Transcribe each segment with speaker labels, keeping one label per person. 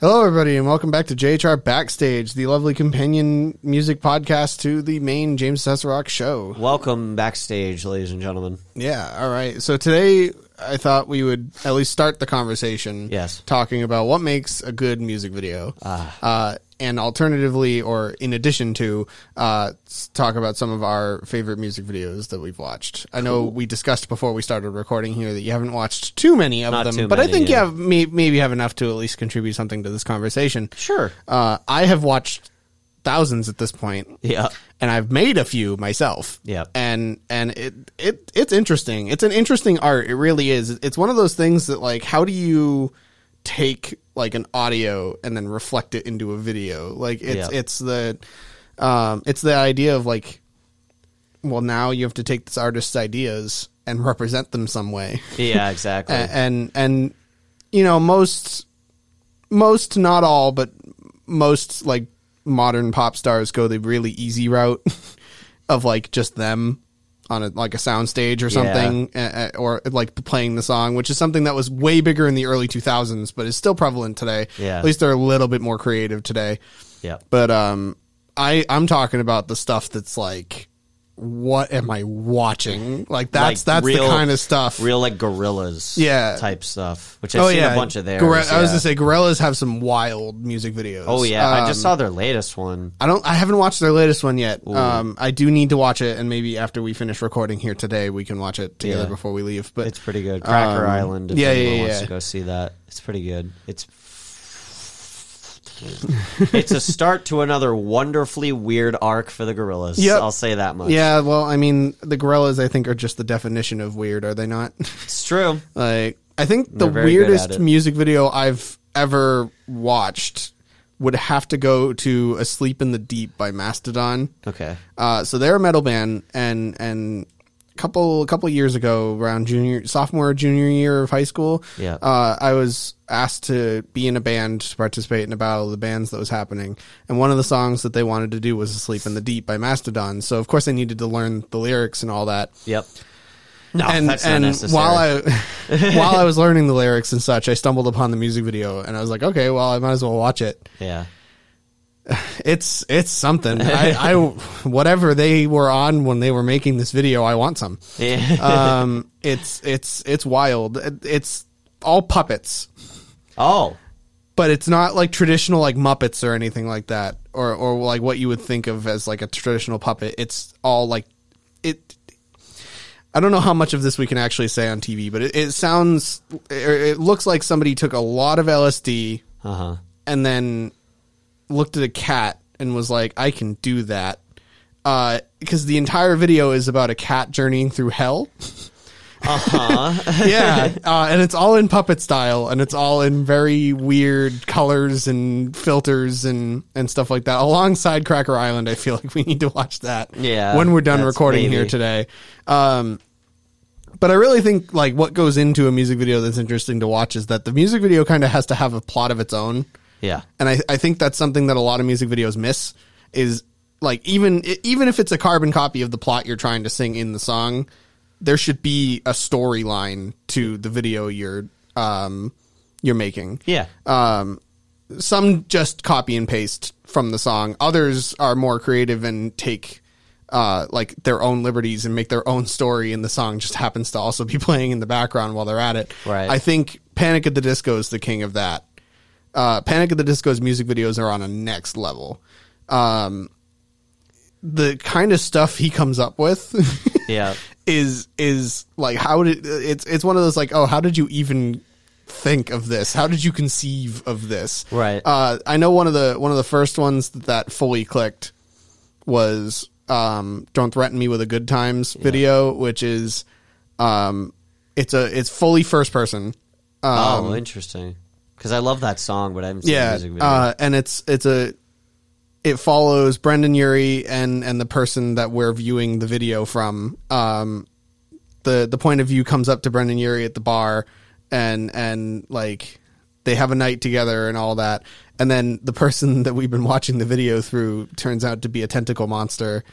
Speaker 1: Hello, everybody, and welcome back to JHR Backstage, the lovely companion music podcast to the main James Cesarok show.
Speaker 2: Welcome backstage, ladies and gentlemen.
Speaker 1: Yeah, all right. So today, I thought we would at least start the conversation.
Speaker 2: Yes. Ah.
Speaker 1: Talking about what makes a good music video. Uh, and alternatively, or in addition to, uh, s- talk about some of our favorite music videos that we've watched. I know we discussed before we started recording here that you haven't watched too many of
Speaker 2: Not
Speaker 1: them,
Speaker 2: too
Speaker 1: but I
Speaker 2: many,
Speaker 1: think
Speaker 2: yeah.
Speaker 1: you have may- maybe have enough to at least contribute something to this conversation.
Speaker 2: Sure.
Speaker 1: Uh, I have watched thousands at this point.
Speaker 2: Yeah.
Speaker 1: And I've made a few myself.
Speaker 2: Yeah.
Speaker 1: And and it it it's interesting. It's an interesting art. It really is. It's one of those things that like how do you take like an audio and then reflect it into a video? Like it's
Speaker 2: Yeah.
Speaker 1: it's the um it's the idea of like well now you have to take this artist's ideas and represent them some way
Speaker 2: Yeah, exactly.
Speaker 1: a- and and you know most most not all but most like modern pop stars go the really easy route of like just them on a like a soundstage or something eh, eh, or like playing the song which is something that was way bigger in the early 2000s but is still prevalent today
Speaker 2: Yeah.
Speaker 1: at least they're a little bit more creative today
Speaker 2: yeah.
Speaker 1: but um i i'm talking about the stuff that's like what am i watching like that's
Speaker 2: Like,
Speaker 1: that's
Speaker 2: real-
Speaker 1: the kind of stuff
Speaker 2: Real like gorillas
Speaker 1: Yeah. Oh,
Speaker 2: type stuff, which I've seen a bunch of theirs.
Speaker 1: Gorilla- I was
Speaker 2: yeah.
Speaker 1: gonna say gorillas have some wild music videos.
Speaker 2: Oh yeah, I
Speaker 1: Um,
Speaker 2: just saw their latest one.
Speaker 1: I don't. I haven't watched their latest one yet. Um, I do need to watch it, and maybe after we finish recording here today, we can watch it together
Speaker 2: Yeah.
Speaker 1: before we leave. But
Speaker 2: It's pretty good. Cracker
Speaker 1: um,
Speaker 2: Island. If
Speaker 1: yeah,
Speaker 2: anyone
Speaker 1: yeah,
Speaker 2: wants
Speaker 1: yeah.
Speaker 2: to go see that, it's pretty good. It's it's a start to another wonderfully weird arc for the gorillas.
Speaker 1: Yep.
Speaker 2: I'll say that much.
Speaker 1: yeah, well, I mean, the gorillas, I think, are just the definition of weird. Are they not?
Speaker 2: it's true.
Speaker 1: like, I think the
Speaker 2: They're very good at
Speaker 1: weirdest
Speaker 2: it.
Speaker 1: music video I've ever watched would have to go to "Asleep in the Deep" by Mastodon.
Speaker 2: Okay.
Speaker 1: Uh, so they're a metal band, and and a couple a couple years ago, around junior sophomore junior year of high school,
Speaker 2: Yeah.
Speaker 1: uh, I was asked to be in a band to participate in a battle of the bands that was happening, and one of the songs that they wanted to do was "Asleep in the Deep" by Mastodon. So of course I needed to learn the lyrics and all that
Speaker 2: Yep. No,
Speaker 1: and
Speaker 2: Oh, that's
Speaker 1: and
Speaker 2: not necessary.
Speaker 1: while I while I was learning the lyrics and such, I stumbled upon the music video, and I was like, okay, well, I might as well watch it.
Speaker 2: yeah.
Speaker 1: It's it's something. I, I whatever they were on when they were making this video, I want some.
Speaker 2: Yeah.
Speaker 1: Um, it's it's it's wild. It's all puppets,
Speaker 2: oh.
Speaker 1: but it's not like traditional like Muppets or anything like that, or or like what you would think of as like a traditional puppet. It's all like it. I don't know how much of this we can actually say on TV, but it, it sounds, it, it looks like somebody took a lot of LSD
Speaker 2: Uh huh.
Speaker 1: and then looked at a cat and was like, I can do that. Because the entire video is about a cat journeying through hell. Uh-huh. yeah. Uh, and it's all in puppet style and it's all in very weird colors and filters and, and stuff like that. Alongside Cracker Island, I feel like we need to watch that
Speaker 2: Yeah,
Speaker 1: when we're done
Speaker 2: that's
Speaker 1: recording here
Speaker 2: maybe.
Speaker 1: today. Um, but I really think like what goes into a music video that's interesting to watch is that the music video kind of has to have a plot of its own
Speaker 2: Yeah.
Speaker 1: and I, I think that's something that a lot of music videos miss is like even e, even if it's a carbon copy of the plot you're trying to sing in the song there should be a storyline to the video you're um you're making
Speaker 2: Yeah.
Speaker 1: Uh, some just copy and paste from the song others are more creative and take uh, like their own liberties and make their own story and the song just happens to also be playing in the background while they're at it
Speaker 2: Right.
Speaker 1: i think panic at the disco is the king of that uh, Panic at the Disco's music videos are on a next level. Um, the kind of stuff he comes up with
Speaker 2: yeah.
Speaker 1: is is like how did it's it's one of those like oh how did you even think of this how did you conceive of this
Speaker 2: Right.
Speaker 1: uh, I know one of the one of the first ones that, that fully clicked was um, "Don't Threaten Me with a Good Times" video, which is um, it's a it's fully first person.
Speaker 2: Oh, interesting. Because I love that song, but I haven't seen the music video.
Speaker 1: Uh, and it's it's a it follows Brendan Urie and and the person that we're viewing the video from. Um, the the point of view comes up to Brendan Urie at the bar, and and like they have a night together and all that. And then the person that we've been watching the video through turns out to be a tentacle monster,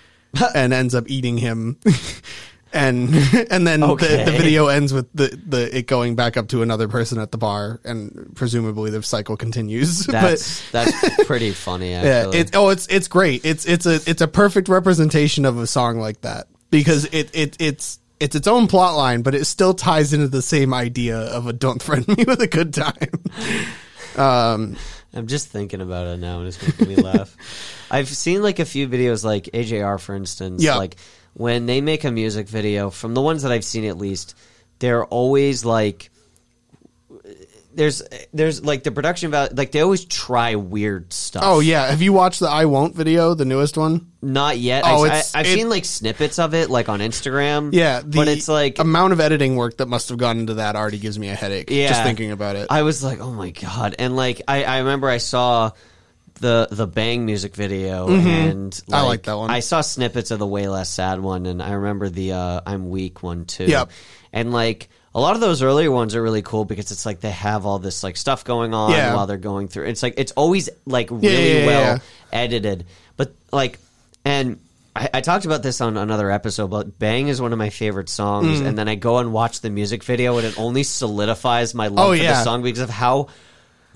Speaker 1: and ends up eating him. and and then
Speaker 2: Okay.
Speaker 1: the, the video ends with the, the it going back up to another person at the bar, and presumably the cycle continues.
Speaker 2: That's that's pretty funny.
Speaker 1: but yeah,
Speaker 2: Actually.
Speaker 1: it, oh, it's it's great. It's it's a it's a perfect representation of a song like that because it it it's it's its own plot line, but it still ties into the same idea of a "Don't threaten me with a good time."
Speaker 2: I'm just thinking about it now, and it's making me laugh. I've seen like a few videos, like AJR, for instance.
Speaker 1: Yeah.
Speaker 2: Like when they make a music video, from the ones that I've seen at least, they're always like, there's there's like the production value, like they always try weird stuff.
Speaker 1: Oh yeah, have you watched the "I Won't" video, the newest one?
Speaker 2: not yet.
Speaker 1: Oh,
Speaker 2: I,
Speaker 1: it's-
Speaker 2: I, I've
Speaker 1: it-
Speaker 2: seen like snippets of it, like on Instagram.
Speaker 1: Yeah, the
Speaker 2: but it's like
Speaker 1: amount of editing work that must have gone into that already gives me a headache.
Speaker 2: Yeah.
Speaker 1: just thinking about it.
Speaker 2: I was like, oh my god! And like, I, I remember I saw the the Bang music video, and
Speaker 1: Mm-hmm. I like that one.
Speaker 2: I saw snippets of the Way Less Sad one, and I remember the uh, I'm Weak one too.
Speaker 1: Yep.
Speaker 2: And like a lot of those earlier ones are really cool because it's like they have all this like stuff going on
Speaker 1: Yeah.
Speaker 2: while they're going through. It's like it's always like really
Speaker 1: yeah, yeah,
Speaker 2: well
Speaker 1: yeah.
Speaker 2: edited, but like and. I, I talked about this on another episode, but "Bang" is one of my favorite songs,
Speaker 1: Mm.
Speaker 2: and then I go and watch the music video, and it only solidifies my love
Speaker 1: Oh,
Speaker 2: for
Speaker 1: yeah.
Speaker 2: the song because of how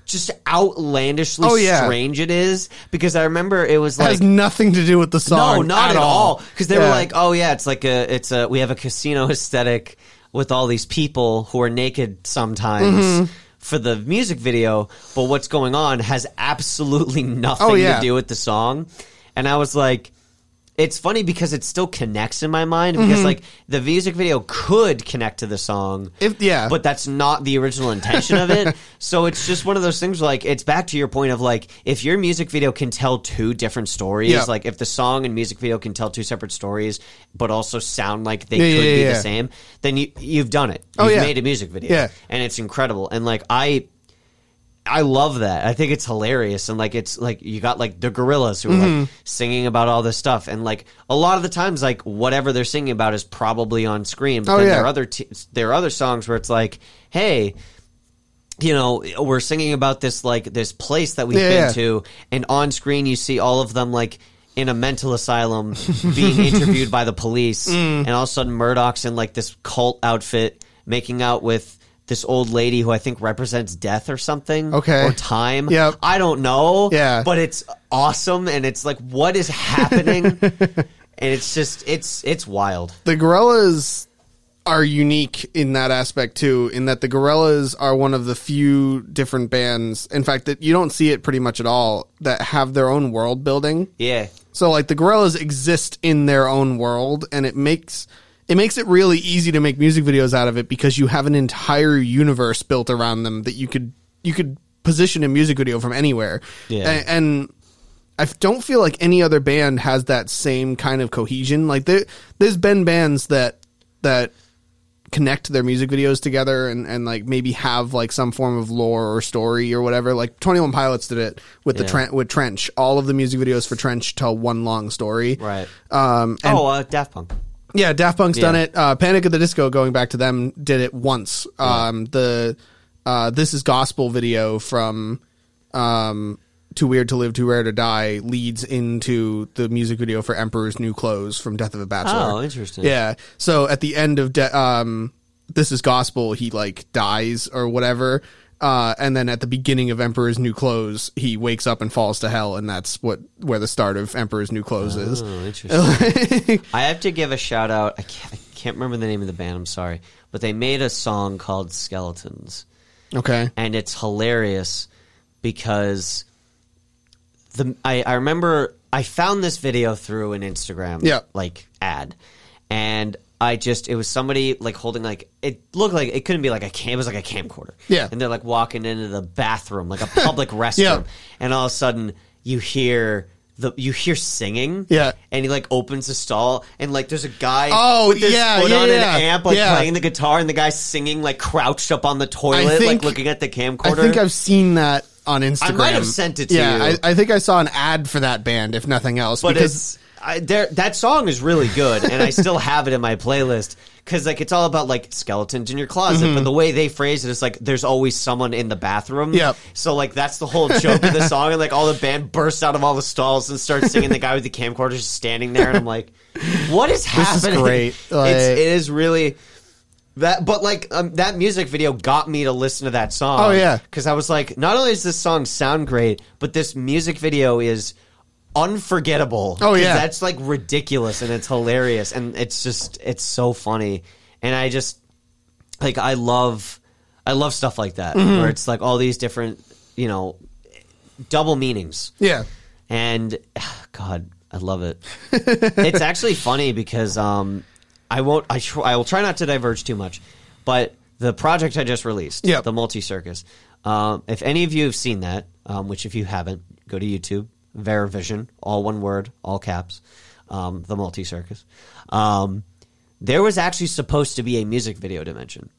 Speaker 2: just outlandishly
Speaker 1: Oh, yeah.
Speaker 2: strange it is. Because I remember it was
Speaker 1: It
Speaker 2: like
Speaker 1: has nothing to do with the song.
Speaker 2: no, not at all. Because they were
Speaker 1: Yeah.
Speaker 2: like, oh yeah, it's like a, it's a, we have a casino aesthetic with all these people who are naked sometimes.
Speaker 1: Mm-hmm.
Speaker 2: For the music video, but what's going on has absolutely nothing
Speaker 1: Oh, yeah.
Speaker 2: to do with the song. And I was like, it's funny because it still connects in my mind because,
Speaker 1: Mm-hmm.
Speaker 2: like, the music video could connect to the song.
Speaker 1: If- yeah.
Speaker 2: But that's not the original intention of it. So it's just one of those things where, like, it's back to your point of, like, if your music video can tell two different stories,
Speaker 1: Yeah.
Speaker 2: like, if the song and music video can tell two separate stories, but also sound like they
Speaker 1: Yeah,
Speaker 2: could
Speaker 1: yeah,
Speaker 2: be
Speaker 1: yeah.
Speaker 2: the same, then you, you've done it.
Speaker 1: Oh,
Speaker 2: You've
Speaker 1: yeah.
Speaker 2: made a music video.
Speaker 1: Yeah.
Speaker 2: And it's incredible. And, like, I. I love that. I think it's hilarious and like it's like you got like the gorillas who are
Speaker 1: Mm-hmm.
Speaker 2: like singing about all this stuff and like a lot of the times like whatever they're singing about is probably on screen. But
Speaker 1: Oh,
Speaker 2: then
Speaker 1: yeah.
Speaker 2: there are other t- there are other songs where it's like, hey, you know, we're singing about this like this place that we've
Speaker 1: Yeah,
Speaker 2: been
Speaker 1: yeah.
Speaker 2: to, and on screen you see all of them like in a mental asylum being interviewed by the police,
Speaker 1: Mm.
Speaker 2: and all of a sudden Murdoch's in like this cult outfit making out with this old lady who I think represents death or something,
Speaker 1: Okay.
Speaker 2: or time.
Speaker 1: Yep.
Speaker 2: I don't know,
Speaker 1: Yeah.
Speaker 2: but it's awesome, and it's like what is happening, and it's just it's it's wild.
Speaker 1: the gorillas are unique in that aspect too in that the gorillas are one of the few different bands in fact that you don't see it pretty much at all that have their own world building
Speaker 2: Yeah,
Speaker 1: so like the gorillas exist in their own world and it makes it makes it really easy to make music videos out of it because you have an entire universe built around them that you could you could position a music video from anywhere
Speaker 2: Yeah.
Speaker 1: and, and I f- don't feel like any other band has that same kind of cohesion. Like there, there's been bands that that connect their music videos together and, and like maybe have like some form of lore or story or whatever. Like Twenty One Pilots did it with the
Speaker 2: Yeah.
Speaker 1: Trent with Trench. All of the music videos for Trench tell one long story.
Speaker 2: right.
Speaker 1: Um, and
Speaker 2: oh, uh, Daft Punk.
Speaker 1: yeah, Daft Punk's done
Speaker 2: Yeah.
Speaker 1: it. Uh, Panic at the Disco, going back to them, did it once. Um, The uh, This Is Gospel video from um, Too Weird to Live, Too Rare to Die leads into the music video for Emperor's New Clothes from Death of a Bachelor.
Speaker 2: Oh, interesting.
Speaker 1: Yeah. So at the end of de- um, This Is Gospel, he like dies or whatever. Uh, and then at the beginning of Emperor's New Clothes, he wakes up and falls to hell, and that's what where the start of Emperor's New Clothes is.
Speaker 2: Oh, interesting. I have to give a shout out. I can't, I can't remember the name of the band. I'm sorry, but they made a song called Skeletons,
Speaker 1: Okay.
Speaker 2: and it's hilarious because the I, I remember I found this video through an Instagram
Speaker 1: Yeah.
Speaker 2: like ad, and I just it was somebody like holding like it looked like it couldn't be like a cam it was like a camcorder
Speaker 1: Yeah.
Speaker 2: and they're like walking into the bathroom like a public restroom and all of a sudden you hear. The, you hear singing,
Speaker 1: Yeah.
Speaker 2: and he like opens the stall, and like there's a guy
Speaker 1: Oh,
Speaker 2: with his
Speaker 1: yeah,
Speaker 2: foot
Speaker 1: yeah,
Speaker 2: on
Speaker 1: yeah.
Speaker 2: an amp, like
Speaker 1: Yeah.
Speaker 2: playing the guitar, and the guy singing like crouched up on the toilet,
Speaker 1: think-
Speaker 2: like looking at the camcorder.
Speaker 1: I think I've seen that on Instagram.
Speaker 2: might have sent it to
Speaker 1: yeah,
Speaker 2: you.
Speaker 1: I, I think I saw an ad for that band, if nothing else.
Speaker 2: but
Speaker 1: because
Speaker 2: it's I, there, that song is really good, and I still have it in my playlist because like it's all about like skeletons in your closet,
Speaker 1: Mm-hmm.
Speaker 2: but the way they phrase it is like there's always someone in the bathroom.
Speaker 1: Yep.
Speaker 2: So like that's the whole joke of the song, and like all the band bursts out of all the stalls and starts singing. The guy with the camcorder is just standing there, and I'm like, what is
Speaker 1: is
Speaker 2: happening?
Speaker 1: great, like-
Speaker 2: it's, it is really. That but like um, that music video got me to listen to that song.
Speaker 1: Oh, yeah.
Speaker 2: because I was like, not only does this song sound great, but this music video is unforgettable.
Speaker 1: Oh, yeah.
Speaker 2: that's like ridiculous and it's hilarious and it's just it's so funny. And I just like I love I love stuff like that
Speaker 1: Mm-hmm.
Speaker 2: where it's like all these different you know double meanings
Speaker 1: Yeah.
Speaker 2: and God, I love it. it's actually funny because um, I won't. I, tr- I will try not to diverge too much, but the project I just released,
Speaker 1: Yep.
Speaker 2: the multi circus. Um, if any of you have seen that, um, which if you haven't, go to YouTube, Verivision, all one word, all caps, um, the multi circus. Um, there was actually supposed to be a music video dimension.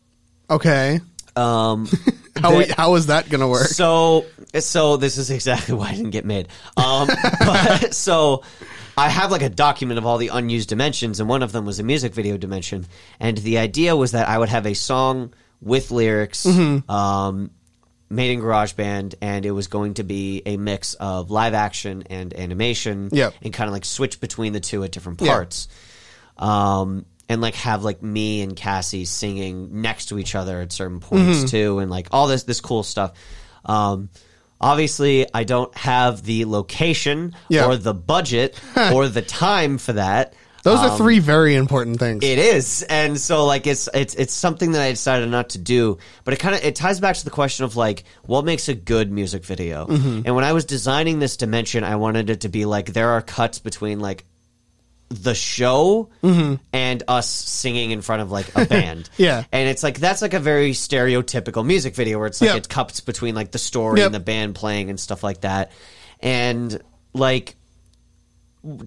Speaker 1: Okay.
Speaker 2: Um,
Speaker 1: How
Speaker 2: the-
Speaker 1: we- how is that gonna work?
Speaker 2: so, so this is exactly why I didn't get made. Um, but, so, I have like a document of all the unused dimensions, and one of them was a music video dimension. And the idea was that I would have a song with lyrics,
Speaker 1: Mm-hmm.
Speaker 2: um, made in GarageBand, and it was going to be a mix of live action and animation,
Speaker 1: Yep.
Speaker 2: and kind of like switch between the two at different
Speaker 1: Yeah.
Speaker 2: parts um, and like have like me and Cassie singing next to each other at certain points too, and like all this this cool stuff. Um, obviously, I don't have the location
Speaker 1: Yeah.
Speaker 2: or the budget or the time for that.
Speaker 1: Those are three very important things.
Speaker 2: Um, It is, and so like it's it's it's something that I decided not to do. But it kind of it ties back to the question of like what makes a good music video.
Speaker 1: Mm-hmm.
Speaker 2: And when I was designing this dimension, I wanted it to be like there are cuts between like the show and us singing in front of like a band.
Speaker 1: Mm-hmm. Yeah.
Speaker 2: and it's like that's like a very stereotypical music video where it's like
Speaker 1: Yep.
Speaker 2: it cuts between like the story
Speaker 1: Yep.
Speaker 2: and the band playing and stuff like that. And like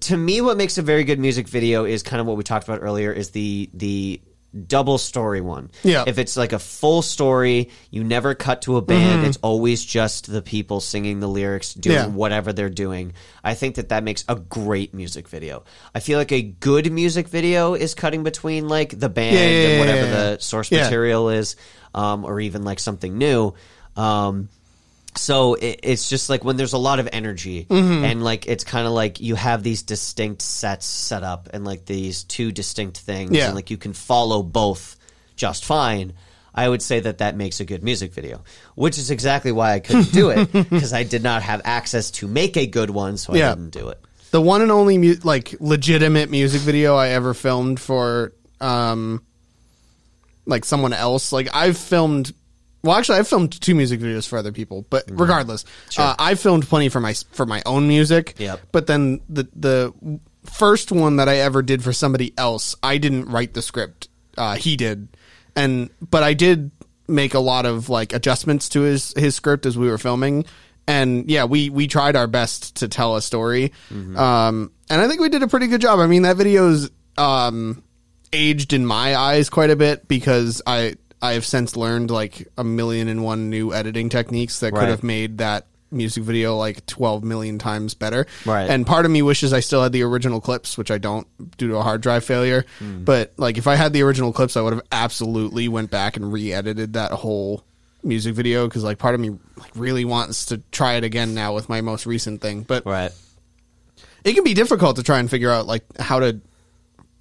Speaker 2: to me what makes a very good music video is kind of what we talked about earlier is the the double story one
Speaker 1: Yeah.
Speaker 2: if it's like a full story you never cut to a band it's always just the people singing the lyrics doing
Speaker 1: Mm-hmm. Yeah.
Speaker 2: whatever they're doing i think that that makes a great music video i feel like a good music video is cutting between like the band
Speaker 1: Yeah, yeah, yeah,
Speaker 2: and whatever
Speaker 1: yeah, yeah.
Speaker 2: the source
Speaker 1: Yeah.
Speaker 2: material is um, or even like something new um, so it, it's just like when there's a lot of energy
Speaker 1: Mm-hmm.
Speaker 2: and like it's kind of like you have these distinct sets set up and like these two distinct things
Speaker 1: Yeah.
Speaker 2: and like you can follow both just fine i would say that that makes a good music video which is exactly why i couldn't do it because i did not have access to make a good one so
Speaker 1: Yeah.
Speaker 2: i didn't do it
Speaker 1: the one and only mu- like legitimate music video I ever filmed for um like someone else. Like I've filmed well actually I've filmed two music videos for other people, but
Speaker 2: Mm-hmm.
Speaker 1: regardless, uh, I filmed plenty for my for my own music.
Speaker 2: Yep.
Speaker 1: But then the the first one that I ever did for somebody else, I didn't write the script. Uh, he did. And but I did make a lot of like adjustments to his his script as we were filming. And yeah, we we tried our best to tell a story. Um and I think we did a pretty good job. I mean, that video's um aged in my eyes quite a bit because I I have since learned like a million and one new editing techniques that could
Speaker 2: Right.
Speaker 1: have made that music video like 12 million times better.
Speaker 2: Right.
Speaker 1: And part of me wishes I still had the original clips, which I don't due to a hard drive failure. But like if I had the original clips, I would have absolutely went back and re-edited that whole music video cuz like part of me like really wants to try it again now with my most recent thing. But
Speaker 2: right
Speaker 1: it can be difficult to try and figure out like how to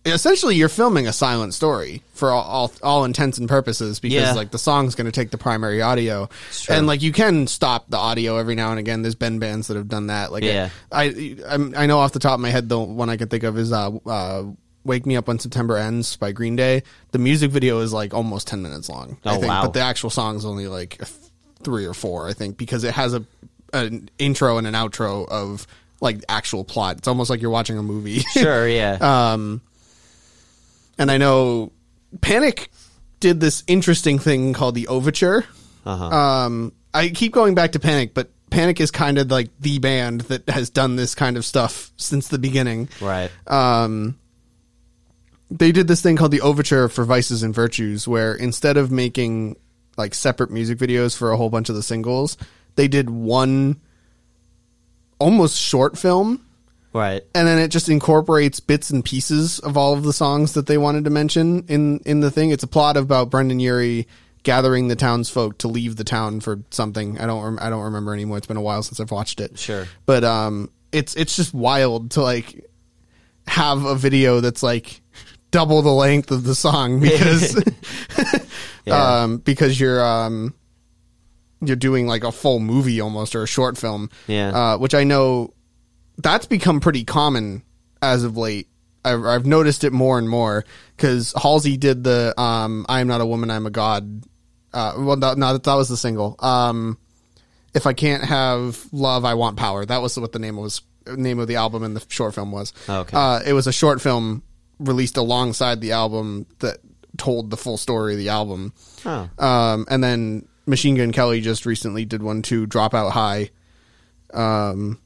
Speaker 1: essentially you're filming a silent story for all all, all intents and purposes because
Speaker 2: Yeah.
Speaker 1: like the song's going to take the primary audio
Speaker 2: true.
Speaker 1: and like you can stop the audio every now and again there's been bands that have done that like
Speaker 2: Yeah.
Speaker 1: I, I I'm- I know off the top of my head the one I could think of is uh uh Wake Me Up When September Ends by Green Day. The music video is like almost 10 minutes long. I
Speaker 2: Oh,
Speaker 1: think,
Speaker 2: wow.
Speaker 1: but the actual song's only like th- 3 or 4, I think, because it has a an intro and an outro of like actual plot. It's almost like you're watching a movie.
Speaker 2: sure yeah
Speaker 1: uh, and I know Panic did this interesting thing called the Overture.
Speaker 2: Uh-huh.
Speaker 1: Um, I keep going back to Panic, but Panic is kind of like the band that has done this kind of stuff since the beginning.
Speaker 2: right
Speaker 1: uh, They did this thing called the Overture for Vices and Virtues, where instead of making like separate music videos for a whole bunch of the singles, they did one almost short film
Speaker 2: Right.
Speaker 1: and then it just incorporates bits and pieces of all of the songs that they wanted to mention in in the thing. It's a plot about Brendan Urie gathering the townsfolk to leave the town for something. I don't rem- I don't remember anymore. It's been a while since I've watched it.
Speaker 2: Sure.
Speaker 1: but um, it's it's just wild to like have a video that's like double the length of the song because
Speaker 2: Yeah.
Speaker 1: um because you're um you're doing like a full movie almost or a short film.
Speaker 2: Yeah.
Speaker 1: Uh, which I know that's become pretty common as of late. I've, I've noticed it more and more because Halsey did the um, "I am not a woman, I'm a god." Uh, well, no, no, that was the single. Um, if I can't have love, I want power. That was what the name was name of the album and the short film was.
Speaker 2: Oh, Okay.
Speaker 1: Uh, it was a short film released alongside the album that told the full story of the album.
Speaker 2: Oh.
Speaker 1: Um, and then Machine Gun Kelly just recently did one too, Dropout High. Um,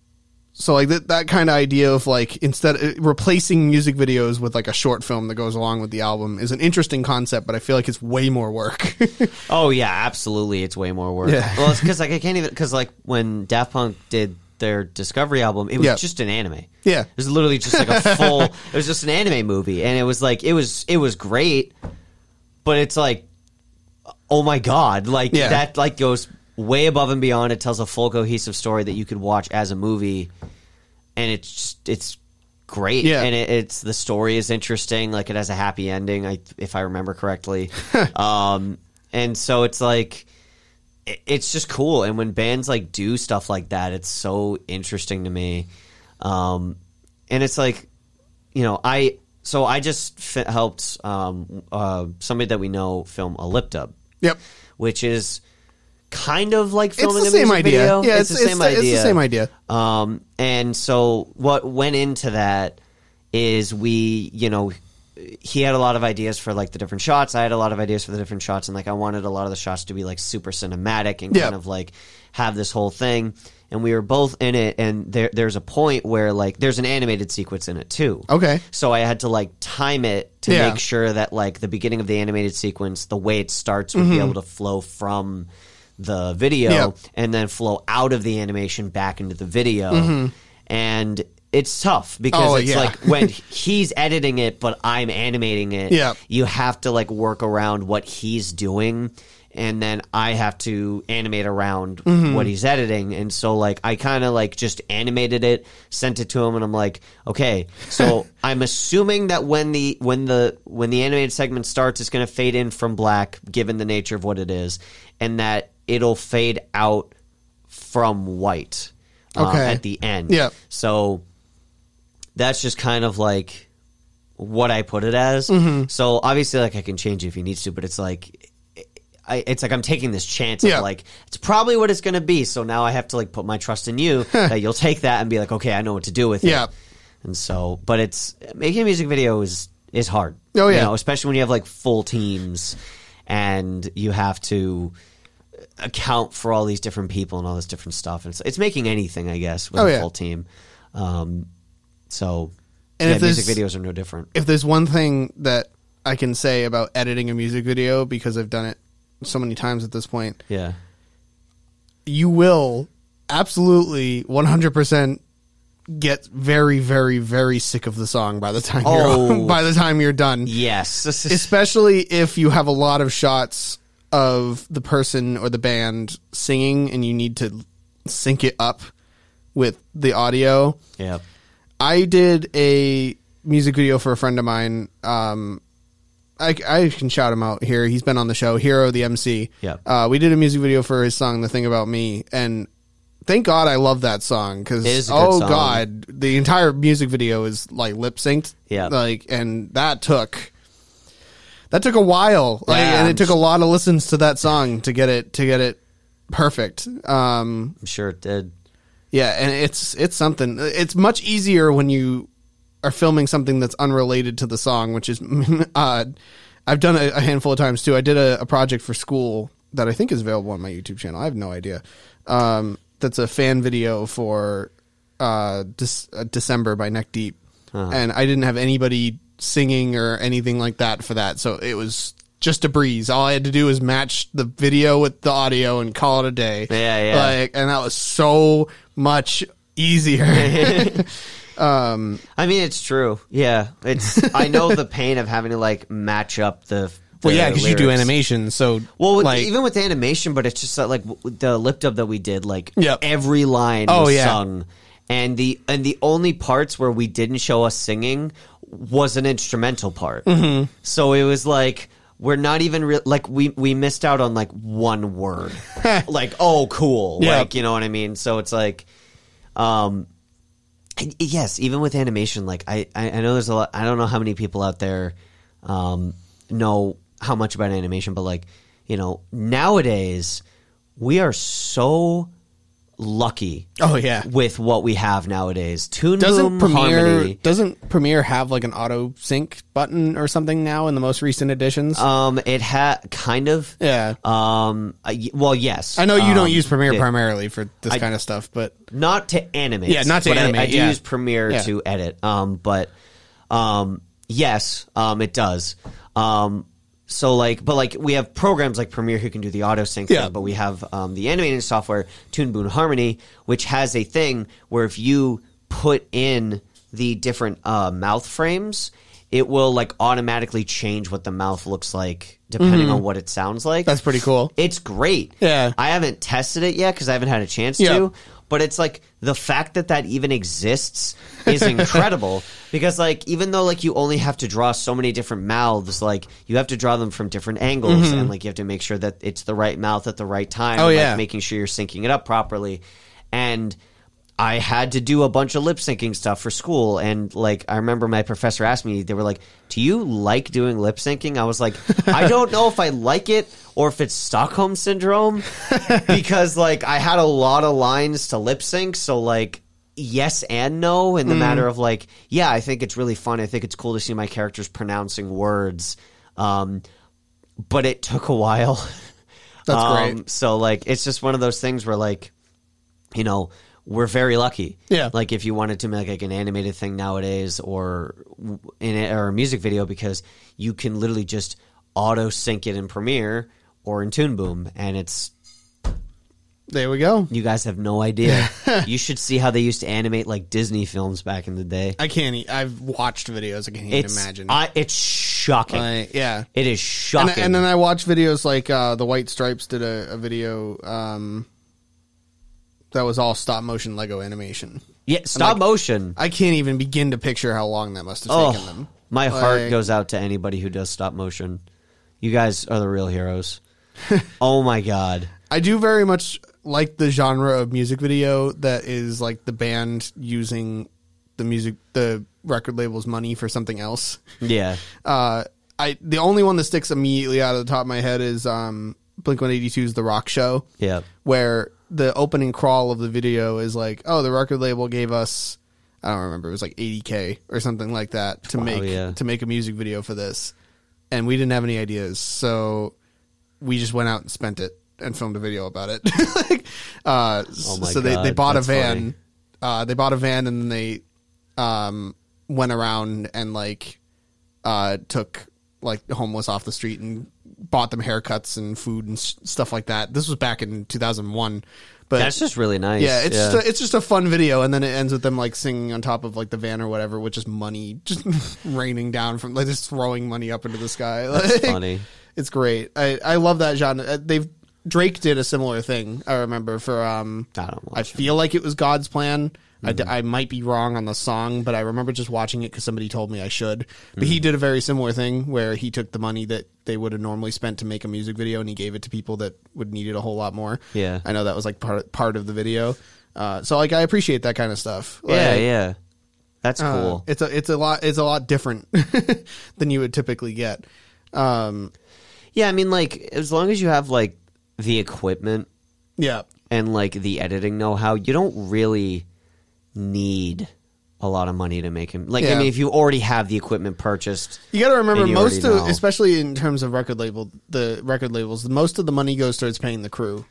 Speaker 1: so like that that kind of idea of like instead uh, replacing music videos with like a short film that goes along with the album is an interesting concept, but I feel like it's way more work.
Speaker 2: Oh yeah, absolutely. It's way more work.
Speaker 1: Yeah.
Speaker 2: Well, it's because like I can't even because like when Daft Punk did their Discovery album, it was
Speaker 1: Yeah.
Speaker 2: just an anime.
Speaker 1: Yeah.
Speaker 2: it was literally just like a full. it was just an anime movie, and it was like it was it was great, but it's like, oh my god, like
Speaker 1: Yeah.
Speaker 2: that like goes way above and beyond. It tells a full cohesive story that you could watch as a movie, and it's just, it's great.
Speaker 1: Yeah.
Speaker 2: and it, it's the story is interesting. Like it has a happy ending, I, if I remember correctly. um, and so it's like it- it's just cool. And when bands like do stuff like that, it's so interesting to me. Um, and it's like, you know, I so I just fi- helped um, uh, somebody that we know film Elliptub,
Speaker 1: yep.
Speaker 2: which is kind of like
Speaker 1: It's
Speaker 2: filming
Speaker 1: the
Speaker 2: a
Speaker 1: same
Speaker 2: music
Speaker 1: idea.
Speaker 2: video.
Speaker 1: Yeah, it's, it's, the, it's the same idea.
Speaker 2: Um, and so what went into that is we, you know, he had a lot of ideas for like the different shots. I had a lot of ideas for the different shots, and like I wanted a lot of the shots to be like super cinematic and
Speaker 1: Yeah.
Speaker 2: kind of like have this whole thing. And we were both in it, and there, there's a point where like there's an animated sequence in it too.
Speaker 1: Okay.
Speaker 2: So I had to like time it to
Speaker 1: Yeah.
Speaker 2: make sure that like the beginning of the animated sequence, the way it starts, would be able to flow from the video
Speaker 1: Mm-hmm. Yeah.
Speaker 2: and then flow out of the animation back into the video. And it's tough because
Speaker 1: Mm-hmm. Oh,
Speaker 2: it's
Speaker 1: yeah.
Speaker 2: like when he's editing it, but I'm animating it.
Speaker 1: Yeah.
Speaker 2: You have to like work around what he's doing. And then I have to animate around
Speaker 1: Mm-hmm.
Speaker 2: what he's editing. And so, like, I kind of like just animated it, sent it to him, and I'm like, okay. So I'm assuming that when the when the when the animated segment starts, it's going to fade in from black, given the nature of what it is, and that it'll fade out from white uh,
Speaker 1: Okay.
Speaker 2: at the end.
Speaker 1: Yeah.
Speaker 2: So that's just kind of like what I put it as.
Speaker 1: Mm-hmm.
Speaker 2: So obviously, like I can change it if he needs to, but it's like. I, it's like I'm taking this chance
Speaker 1: Yeah.
Speaker 2: of like it's probably what it's going to be. So now I have to like put my trust in you that you'll take that and be like, okay, I know what to do with
Speaker 1: Yeah.
Speaker 2: it. And so, but it's making a music video is is hard.
Speaker 1: Oh,
Speaker 2: You
Speaker 1: yeah.
Speaker 2: know, especially when you have like full teams and you have to account for all these different people and all this different stuff. And it's, it's making anything, I guess, with
Speaker 1: Oh,
Speaker 2: a
Speaker 1: yeah.
Speaker 2: full team. Um, so,
Speaker 1: And
Speaker 2: yeah,
Speaker 1: if
Speaker 2: music
Speaker 1: there's-
Speaker 2: videos are no different.
Speaker 1: if there's one thing that I can say about editing a music video because I've done it so many times at this point,
Speaker 2: Yeah.
Speaker 1: you will absolutely 100% get very very very sick of the song by the time
Speaker 2: Oh.
Speaker 1: you're by the time you're done.
Speaker 2: Yes.
Speaker 1: Especially if you have a lot of shots of the person or the band singing and you need to sync it up with the audio.
Speaker 2: yeah.
Speaker 1: I did a music video for a friend of mine. Um, I, I can shout him out here. He's been on the show, Hero the MC.
Speaker 2: Yeah.
Speaker 1: Uh, we did a music video for his song, The Thing About Me. And thank God I love that song because,
Speaker 2: It is a good
Speaker 1: oh,
Speaker 2: song.
Speaker 1: God, the entire music video is like lip synced.
Speaker 2: Yeah.
Speaker 1: Like, and that took. That took a while, like,
Speaker 2: Yeah,
Speaker 1: and it
Speaker 2: I'm
Speaker 1: took
Speaker 2: s-
Speaker 1: a lot of listens to that song to get it to get it perfect. Um,
Speaker 2: I'm sure it did.
Speaker 1: yeah, and it's it's something. It's much easier when you are filming something that's unrelated to the song, which is uh, I've done a, a handful of times too. I did a, a project for school that I think is available on my YouTube channel. I have no idea. Um, that's a fan video for uh, Dec- uh, December by Neck Deep, and I didn't have anybody singing or anything like that for that, so it was just a breeze. All I had to do was match the video with the audio and call it a day.
Speaker 2: Yeah, yeah.
Speaker 1: Like, and that was so much easier. Um,
Speaker 2: I mean, it's true. Yeah, it's. I know the pain of having to like match up the. the
Speaker 1: well, yeah, because you do
Speaker 2: lyrics.
Speaker 1: animation, so
Speaker 2: Well, with,
Speaker 1: like,
Speaker 2: even with animation, but it's just that, like w- the lip dub that we did, like
Speaker 1: Yep.
Speaker 2: every line
Speaker 1: Oh,
Speaker 2: was
Speaker 1: yeah.
Speaker 2: sung, and the and the only parts where we didn't show us singing was an instrumental part.
Speaker 1: Mm-hmm.
Speaker 2: So it was like we're not even re- like we we missed out on like one word, like oh cool,
Speaker 1: Yeah.
Speaker 2: like you know what I mean. So it's like, um, and yes, even with animation, like I, I, I know there's a lot. I don't know how many people out there um, know how much about animation, but like you know, nowadays we are so lucky.
Speaker 1: oh yeah,
Speaker 2: with what we have nowadays, Toon
Speaker 1: doesn't
Speaker 2: Boom
Speaker 1: Premiere
Speaker 2: Harmony.
Speaker 1: doesn't Premiere have like an auto sync button or something now in the most recent editions?
Speaker 2: Um, it had kind of.
Speaker 1: yeah,
Speaker 2: Um. uh, y- well, yes.
Speaker 1: I know you
Speaker 2: Um,
Speaker 1: don't use Premiere
Speaker 2: yeah.
Speaker 1: primarily for this kind of stuff, but
Speaker 2: not to animate.
Speaker 1: Yeah, not to
Speaker 2: but I- I,
Speaker 1: animate,
Speaker 2: do
Speaker 1: yeah.
Speaker 2: use Premiere
Speaker 1: Yeah.
Speaker 2: to edit. Um, but um, yes, um, it does. Um, so like, but like we have programs like Premiere who can do the auto sync
Speaker 1: Yeah.
Speaker 2: thing, but we have um, the animating software Toon Boom Harmony, which has a thing where if you put in the different uh, mouth frames. It will like automatically change what the mouth looks like depending on what it sounds like.
Speaker 1: Mm-hmm. that's pretty cool.
Speaker 2: It's great.
Speaker 1: Yeah.
Speaker 2: I haven't tested it yet because I haven't had a chance
Speaker 1: Yeah.
Speaker 2: to. But it's like the fact that that even exists is incredible because, like, even though like you only have to draw so many different mouths, like you have to draw them from different angles,
Speaker 1: Mm-hmm.
Speaker 2: and like you have to make sure that it's the right mouth at the right time.
Speaker 1: Oh,
Speaker 2: like,
Speaker 1: yeah.
Speaker 2: making sure you're syncing it up properly, and. I had to do a bunch of lip syncing stuff for school, and like I remember my professor asked me, they were like, "Do you like doing lip syncing?" I was like, "I don't know if I like it or if it's Stockholm syndrome, because like I had a lot of lines to lip sync, so like." Yes and no in the
Speaker 1: Mm.
Speaker 2: matter of like, yeah, I think it's really fun. I think it's cool to see my characters pronouncing words. Um, but it took a while.
Speaker 1: That's
Speaker 2: Um,
Speaker 1: great.
Speaker 2: So like, it's just one of those things where like, you know, we're very lucky.
Speaker 1: Yeah.
Speaker 2: Like if you wanted to make like an animated thing nowadays or w- in a, or a music video because you can literally just auto sync it in Premiere or in Toon Boom and it's
Speaker 1: There we go.
Speaker 2: you guys have no idea. you should see how they used to animate like Disney films back in the day.
Speaker 1: I can't. e- I've watched videos. I can't even
Speaker 2: It's
Speaker 1: imagine.
Speaker 2: I, it's shocking.
Speaker 1: Like, yeah.
Speaker 2: it is
Speaker 1: And,
Speaker 2: shocking.
Speaker 1: I- and then I watch videos like uh, the White Stripes did a, a video um, that was all stop motion Lego animation.
Speaker 2: yeah, stop motion.
Speaker 1: I can't even begin to picture how long that must have taken them.
Speaker 2: Oh, My heart
Speaker 1: Like-
Speaker 2: goes out to anybody who does stop motion. You guys are the real heroes. oh my god.
Speaker 1: I do very much like the genre of music video that is like the band using the music, the record label's money for something else.
Speaker 2: Yeah.
Speaker 1: Uh, I the only one that sticks immediately out of the top of my head is um, Blink 182's The Rock Show.
Speaker 2: Yeah.
Speaker 1: where the opening crawl of the video is like, oh, the record label gave us, I don't remember, it was like 80k or something like that to make
Speaker 2: yeah.
Speaker 1: to make a music video for this, and we didn't have any ideas, so we just went out and spent it and filmed a video about it. like, uh,
Speaker 2: Oh my
Speaker 1: so they, they
Speaker 2: God,
Speaker 1: bought a
Speaker 2: that's
Speaker 1: van,
Speaker 2: funny.
Speaker 1: uh, they bought a van and then they um, went around and like uh, took like the homeless off the street and bought them haircuts and food and s- stuff like that. This was back in 2001, but
Speaker 2: That's just really nice.
Speaker 1: yeah, it's Just a, it's just a fun video, and then it ends with them like singing on top of like the van or whatever, with just money just raining down from like just throwing money up into the sky. Like,
Speaker 2: funny.
Speaker 1: It's great. I I love that genre. Uh, They've Drake did a similar thing. I remember for um
Speaker 2: I don't
Speaker 1: I
Speaker 2: watch it.
Speaker 1: feel like it was God's plan. I
Speaker 2: Mm-hmm.
Speaker 1: d I I, might be wrong on the song, but I remember just watching it because somebody told me I should. But
Speaker 2: Mm-hmm.
Speaker 1: he did a very similar thing where he took the money that they would have normally spent to make a music video and he gave it to people that would need it a whole lot more.
Speaker 2: Yeah.
Speaker 1: I know that was like part part of the video. Uh, so like I appreciate that kind of stuff. Like,
Speaker 2: yeah, yeah. That's
Speaker 1: uh,
Speaker 2: cool.
Speaker 1: It's a it's a lot it's a lot different than you would typically get. Um,
Speaker 2: yeah, I mean like as long as you have like the equipment
Speaker 1: yeah.
Speaker 2: and like the editing know-how, you don't really need a lot of money to make him. Like
Speaker 1: Yeah.
Speaker 2: I mean if you already have the equipment purchased,
Speaker 1: You got to remember
Speaker 2: And you
Speaker 1: most
Speaker 2: already
Speaker 1: of,
Speaker 2: know.
Speaker 1: especially in terms of record label, the record labels, the most of the money goes towards paying the crew.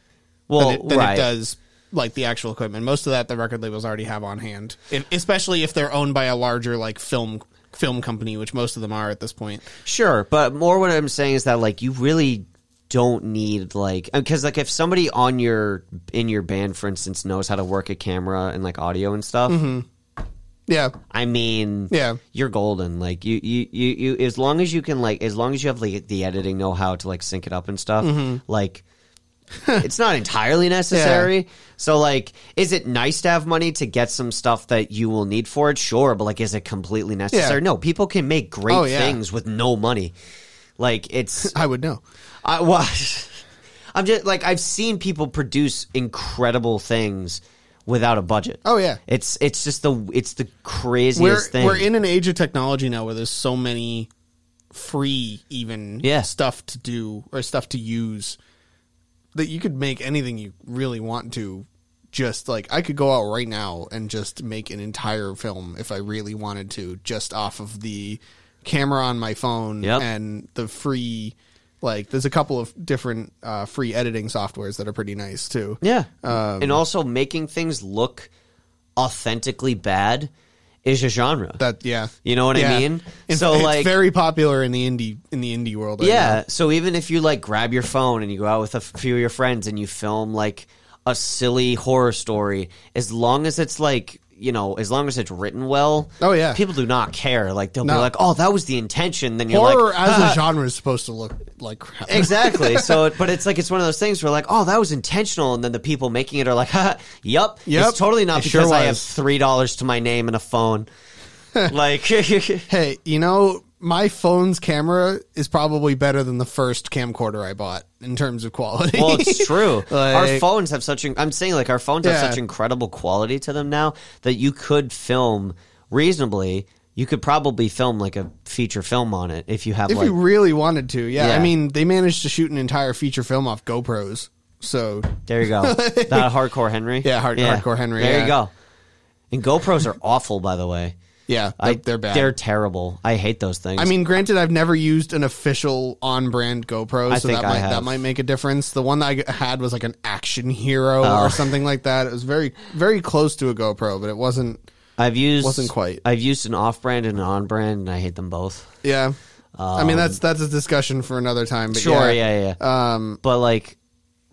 Speaker 2: well,
Speaker 1: than it, than
Speaker 2: right.
Speaker 1: it does like the actual equipment. Most of that the record labels already have on hand, if, especially if they're owned by a larger like film film company, which most of them are at this point.
Speaker 2: Sure, but more what I'm saying is that like you really don't need like because like if somebody on your in your band for instance knows how to work a camera and like audio and stuff
Speaker 1: Yeah.
Speaker 2: I mean,
Speaker 1: Yeah.
Speaker 2: you're golden. Like you, you, you, you, as long as you can, like, as long as you have like the editing know how to like sync it up and stuff,
Speaker 1: Mm-hmm.
Speaker 2: like, it's not entirely necessary. So, like, is it nice to have money to get some stuff that you will need for it? Sure, but like, is it completely necessary? No, people can make great
Speaker 1: Oh, yeah.
Speaker 2: things with no money. Like, it's
Speaker 1: I would know.
Speaker 2: I was. I'm just like I've seen people produce incredible things without a budget.
Speaker 1: Oh, yeah.
Speaker 2: it's it's just the it's the craziest
Speaker 1: We're
Speaker 2: thing.
Speaker 1: we're in an age of technology now where there's so many free even
Speaker 2: Yeah.
Speaker 1: stuff to do or stuff to use that you could make anything you really want to just like I could go out right now and just make an entire film if I really wanted to just off of the camera on my phone
Speaker 2: Yep.
Speaker 1: and the free like there's a couple of different uh, free editing softwares that are pretty nice too.
Speaker 2: yeah,
Speaker 1: um,
Speaker 2: and also making things look authentically bad is a genre.
Speaker 1: That yeah.
Speaker 2: You know what I
Speaker 1: Yeah.
Speaker 2: mean?
Speaker 1: In-
Speaker 2: So,
Speaker 1: it's
Speaker 2: like-
Speaker 1: very popular in the indie in the indie world. Right
Speaker 2: yeah. So even if you like grab your phone and you go out with a few of your friends and you film like a silly horror story, as long as it's like you know, as long as it's written well,
Speaker 1: Oh, yeah.
Speaker 2: people do not care. Like they'll be
Speaker 1: No.
Speaker 2: like, "Oh, that was the intention." Then
Speaker 1: now.
Speaker 2: you're
Speaker 1: horror
Speaker 2: like, "Ah,
Speaker 1: as a genre is supposed to look like crap.
Speaker 2: exactly. So, it- but it's like it's one of those things where like, oh, that was intentional, and then the people making it are like, ha, yup,
Speaker 1: Yep.
Speaker 2: it's totally not
Speaker 1: It sure
Speaker 2: because I have
Speaker 1: was.
Speaker 2: three dollars to my name and a phone. like, yeah,
Speaker 1: Hey, you know my phone's camera is probably better than the first camcorder I bought in terms of quality.
Speaker 2: well, it's true. our
Speaker 1: Like-
Speaker 2: phones have such. In- I'm saying like our phones have
Speaker 1: Yeah.
Speaker 2: such incredible quality to them now that you could film reasonably. You could probably film like a feature film on it if you have
Speaker 1: if
Speaker 2: like
Speaker 1: you really wanted to, yeah,
Speaker 2: Yeah.
Speaker 1: I mean, they managed to shoot an entire feature film off GoPros. So
Speaker 2: There you go. that hardcore Henry.
Speaker 1: Yeah, hard- hardcore Henry,
Speaker 2: There you
Speaker 1: yeah.
Speaker 2: go. And GoPros are awful, by the way.
Speaker 1: yeah, they're,
Speaker 2: I,
Speaker 1: they're bad.
Speaker 2: They're terrible. I hate those things.
Speaker 1: I mean, granted, I've never used an official on-brand GoPro, so
Speaker 2: think
Speaker 1: that
Speaker 2: I
Speaker 1: might
Speaker 2: have.
Speaker 1: that might make a difference. The one that I g- had was like an action hero or something like that. It was very very close to a GoPro, but it wasn't.
Speaker 2: I've used
Speaker 1: wasn't quite.
Speaker 2: I've used an off-brand and an on-brand, and I hate them both.
Speaker 1: Yeah, I mean that's that's a discussion for another time. But
Speaker 2: Um,
Speaker 1: yeah,
Speaker 2: Sure,
Speaker 1: Um,
Speaker 2: yeah, yeah. yeah. but like,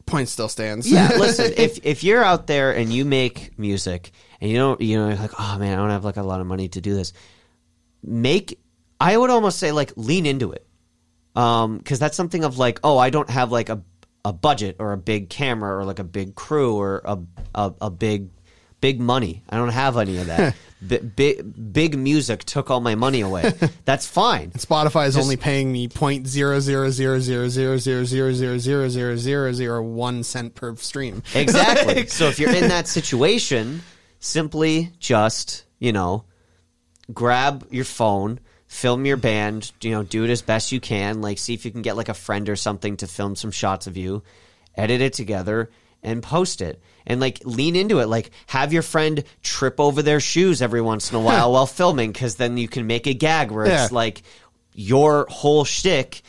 Speaker 1: point still stands.
Speaker 2: yeah. listen, if if you're out there and you make music and you don't, you know, you're like, oh man, I don't have like a lot of money to do this. Make. I would almost say like lean into it. um because that's something of like oh i don't have like a a budget or a big camera or like a big crew or a a, a big big money i don't have any of that B- big big music took all my money away that's fine
Speaker 1: Spotify is only paying me point zero zero zero zero zero zero zero zero zero zero zero zero one cent per stream.
Speaker 2: exactly so if you're in that situation simply just you know grab your phone film your band you know do it as best you can like see if you can get like a friend or something to film some shots of you edit it together and post it and like lean into it like have your friend trip over their shoes every once in a while while filming because then you can make a gag where
Speaker 1: Yeah.
Speaker 2: it's like your whole shtick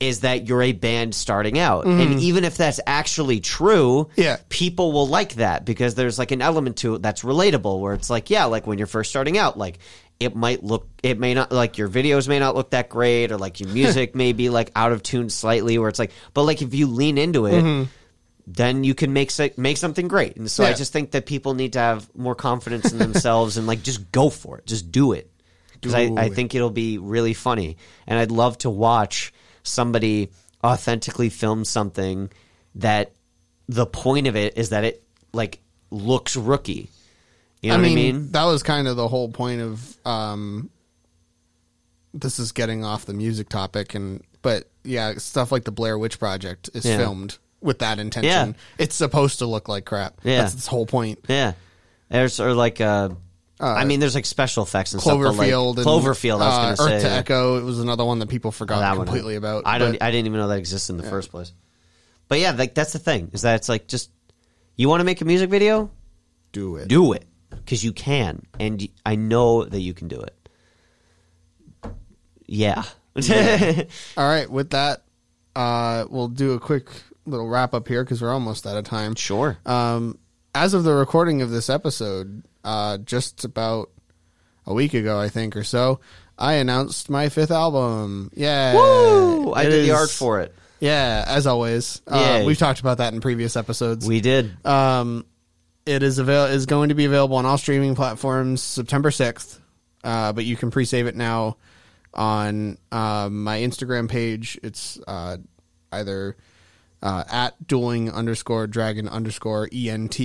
Speaker 2: is that you're a band starting out and even if that's actually true
Speaker 1: Yeah.
Speaker 2: people will like that because there's like an element to it that's relatable where it's like yeah like when you're first starting out like it might look it may not like your videos may not look that great or like your music may be like out of tune slightly where it's like but like if you lean into it then you can make so- make something great and so i
Speaker 1: Mm-hmm. Yeah.
Speaker 2: just think that people need to have more confidence in themselves and like just go for it just do it because I,
Speaker 1: Do
Speaker 2: I
Speaker 1: it.
Speaker 2: think it'll be really funny and i'd love to watch somebody authentically film something that the point of it is that it like looks rookie you know
Speaker 1: I
Speaker 2: what
Speaker 1: mean,
Speaker 2: i mean
Speaker 1: that was kind of the whole point of um, this is getting off the music topic, and but yeah, stuff like the Blair Witch Project is
Speaker 2: Yeah.
Speaker 1: filmed with that intention.
Speaker 2: Yeah.
Speaker 1: It's supposed to look like crap.
Speaker 2: Yeah.
Speaker 1: That's its whole point.
Speaker 2: yeah there's or like uh, i mean there's like special effects and
Speaker 1: Cloverfield,
Speaker 2: stuff
Speaker 1: and,
Speaker 2: but, like, cloverfield i was
Speaker 1: uh,
Speaker 2: gonna
Speaker 1: Earth
Speaker 2: say
Speaker 1: to Echo. It was another one that people forgot
Speaker 2: that one.
Speaker 1: completely about.
Speaker 2: I don't.
Speaker 1: but-
Speaker 2: I didn't even know that existed in the first place. But yeah, like that's the thing is that it's like just you want to make a music video,
Speaker 1: do it.
Speaker 2: do it because you can, and y- I know that you can do it. Yeah.
Speaker 1: All right, with that, uh, we'll do a quick little wrap up here because we're almost out of time.
Speaker 2: sure.
Speaker 1: Um, as of the recording of this episode, uh, just about a week ago, I think, or so, I announced my fifth album. Yeah.
Speaker 2: Woo! I
Speaker 1: It
Speaker 2: did
Speaker 1: is-
Speaker 2: the art for it.
Speaker 1: Yeah, as always. Uh,
Speaker 2: Yay. Uh,
Speaker 1: we've talked about that in previous episodes.
Speaker 2: We did.
Speaker 1: um, It is avail- is going to be available on all streaming platforms September sixth, uh, but you can pre-save it now on uh, my Instagram page. It's uh, either uh, at dueling underscore dragon underscore ent.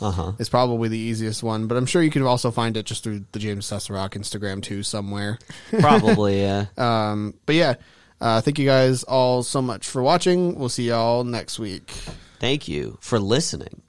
Speaker 2: Uh-huh.
Speaker 1: Is probably the easiest one, but I'm sure you can also find it just through the James Cesarok Instagram too somewhere.
Speaker 2: Probably, yeah.
Speaker 1: Um, but yeah, uh, thank you guys all so much for watching. We'll see y'all next week.
Speaker 2: Thank you for listening.